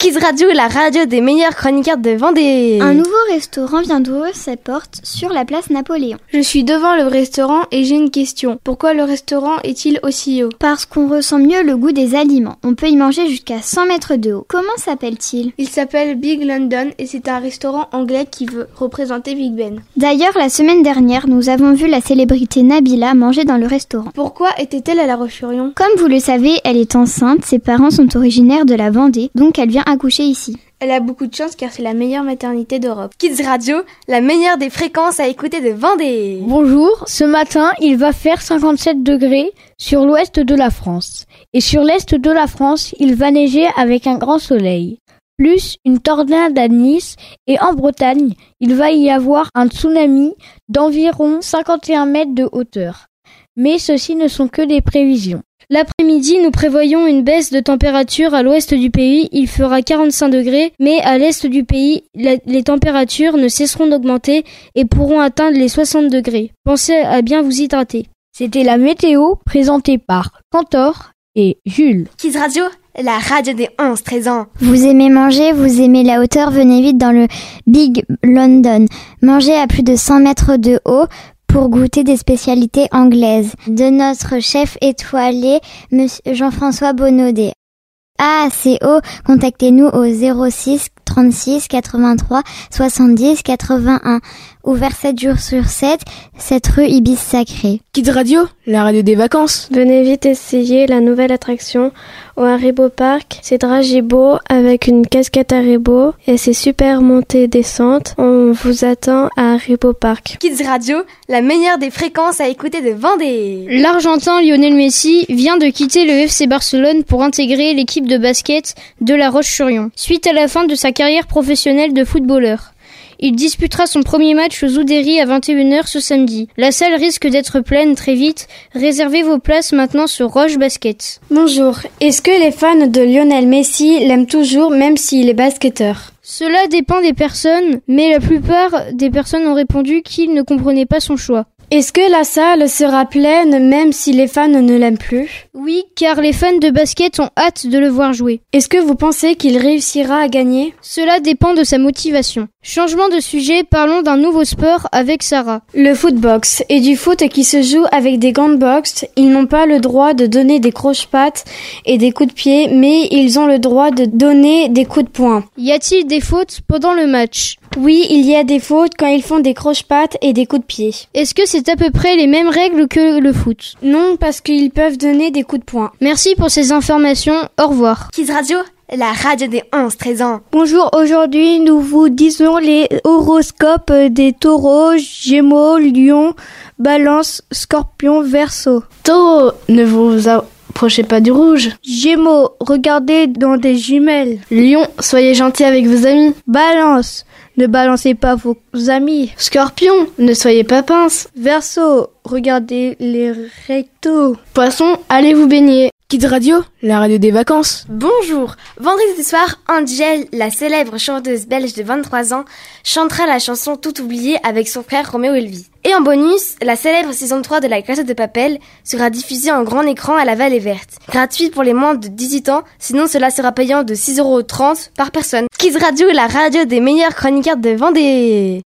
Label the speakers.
Speaker 1: Kids Radio est la radio des meilleurs chroniqueurs de Vendée.
Speaker 2: Un nouveau restaurant vient d'ouvrir ses portes sur la place Napoléon.
Speaker 3: Je suis devant le restaurant et j'ai une question. Pourquoi le restaurant est-il aussi haut
Speaker 2: Parce qu'on ressent mieux le goût des aliments. On peut y manger jusqu'à 100 mètres de haut. Comment s'appelle-t-il
Speaker 3: Il s'appelle Big London et c'est un restaurant anglais qui veut représenter Big Ben.
Speaker 2: D'ailleurs, la semaine dernière, nous avons vu la célébrité Nabila manger dans le restaurant.
Speaker 3: Pourquoi était-elle à La Roche-sur-Yon
Speaker 2: Comme vous le savez, elle est enceinte, ses parents sont originaires de la Vendée, donc elle vient accoucher ici.
Speaker 3: Elle a beaucoup de chance car c'est la meilleure maternité d'Europe.
Speaker 1: Kids Radio, la meilleure des fréquences à écouter de Vendée.
Speaker 4: Bonjour, ce matin il va faire 57 degrés sur l'ouest de la France. Et sur l'est de la France, il va neiger avec un grand soleil. Plus une tornade à Nice et en Bretagne, il va y avoir un tsunami d'environ 51 mètres de hauteur. Mais ceci ne sont que des prévisions.
Speaker 5: L'après-midi, nous prévoyons une baisse de température à l'ouest du pays, il fera 45 degrés, mais à l'est du pays, la, les températures ne cesseront d'augmenter et pourront atteindre les 60 degrés. Pensez à bien vous hydrater.
Speaker 4: C'était la météo présentée par Cantor et Jules.
Speaker 1: Kids Radio, la radio des 11-13 ans.
Speaker 2: Vous aimez manger, vous aimez la hauteur, venez vite dans le Big London. Mangez à plus de 100 mètres de haut pour goûter des spécialités anglaises de notre chef étoilé, Monsieur Jean-François Bonaudet. AACO, contactez-nous au 06 36 83 70 81, ouvert 7 jours sur 7, cette rue Ibis Sacré.
Speaker 6: Kids Radio, la radio des vacances.
Speaker 7: Venez vite essayer la nouvelle attraction au Haribo Park. C'est Dragibo avec une casquette Haribo et c'est super montée-descente. On vous attend à Haribo Park.
Speaker 1: Kids Radio, la meilleure des fréquences à écouter de Vendée.
Speaker 5: L'Argentin Lionel Messi vient de quitter le FC Barcelone pour intégrer l'équipe de basket de La Roche-sur-Yon. Suite à la fin de sa carrière professionnelle de footballeur. Il disputera son premier match aux Oudéry à 21h ce samedi. La salle risque d'être pleine très vite. Réservez vos places maintenant sur Roche Basket.
Speaker 8: Bonjour. Est-ce que les fans de Lionel Messi l'aiment toujours même s'il est basketteur
Speaker 5: Cela dépend des personnes, mais la plupart des personnes ont répondu qu'ils ne comprenaient pas son choix.
Speaker 8: Est-ce que la salle sera pleine même si les fans ne l'aiment plus
Speaker 5: Oui, car les fans de basket ont hâte de le voir jouer.
Speaker 8: Est-ce que vous pensez qu'il réussira à gagner
Speaker 5: Cela dépend de sa motivation. Changement de sujet, parlons d'un nouveau sport avec Sarah.
Speaker 8: Le footbox et du foot qui se joue avec des gants de boxe. Ils n'ont pas le droit de donner des croche-pattes et des coups de pied, mais ils ont le droit de donner des coups de poing.
Speaker 5: Y a-t-il des fautes pendant le match
Speaker 8: Oui, il y a des fautes quand ils font des croche-pattes et des coups de pied.
Speaker 5: Est-ce que c'est à peu près les mêmes règles que le foot
Speaker 8: Non, parce qu'ils peuvent donner des coups de poing.
Speaker 5: Merci pour ces informations. Au revoir.
Speaker 1: Kids Radio la radio des 11-13 ans.
Speaker 9: Bonjour, aujourd'hui nous vous disons les horoscopes des taureaux, gémeaux, lions, balance, scorpion, verso.
Speaker 10: Taureau, ne vous approchez pas du rouge.
Speaker 9: Gémeaux, regardez dans des jumelles.
Speaker 10: Lion, soyez gentil avec vos amis.
Speaker 9: Balance, ne balancez pas vos amis.
Speaker 10: Scorpion, ne soyez pas pince.
Speaker 9: Verso, regardez les rectos.
Speaker 10: Poisson, allez vous baigner.
Speaker 6: Kids Radio, la radio des vacances.
Speaker 1: Bonjour. Vendredi soir, Angel, la célèbre chanteuse belge de 23 ans, chantera la chanson Tout oublié avec son frère Roméo Elvis. Et en bonus, la célèbre saison 3 de la Casa de Papel sera diffusée en grand écran à la Vallée Verte. Gratuite pour les moins de 18 ans, sinon cela sera payant de 6,30€ par personne. Kids Radio, la radio des meilleurs chroniqueurs de Vendée.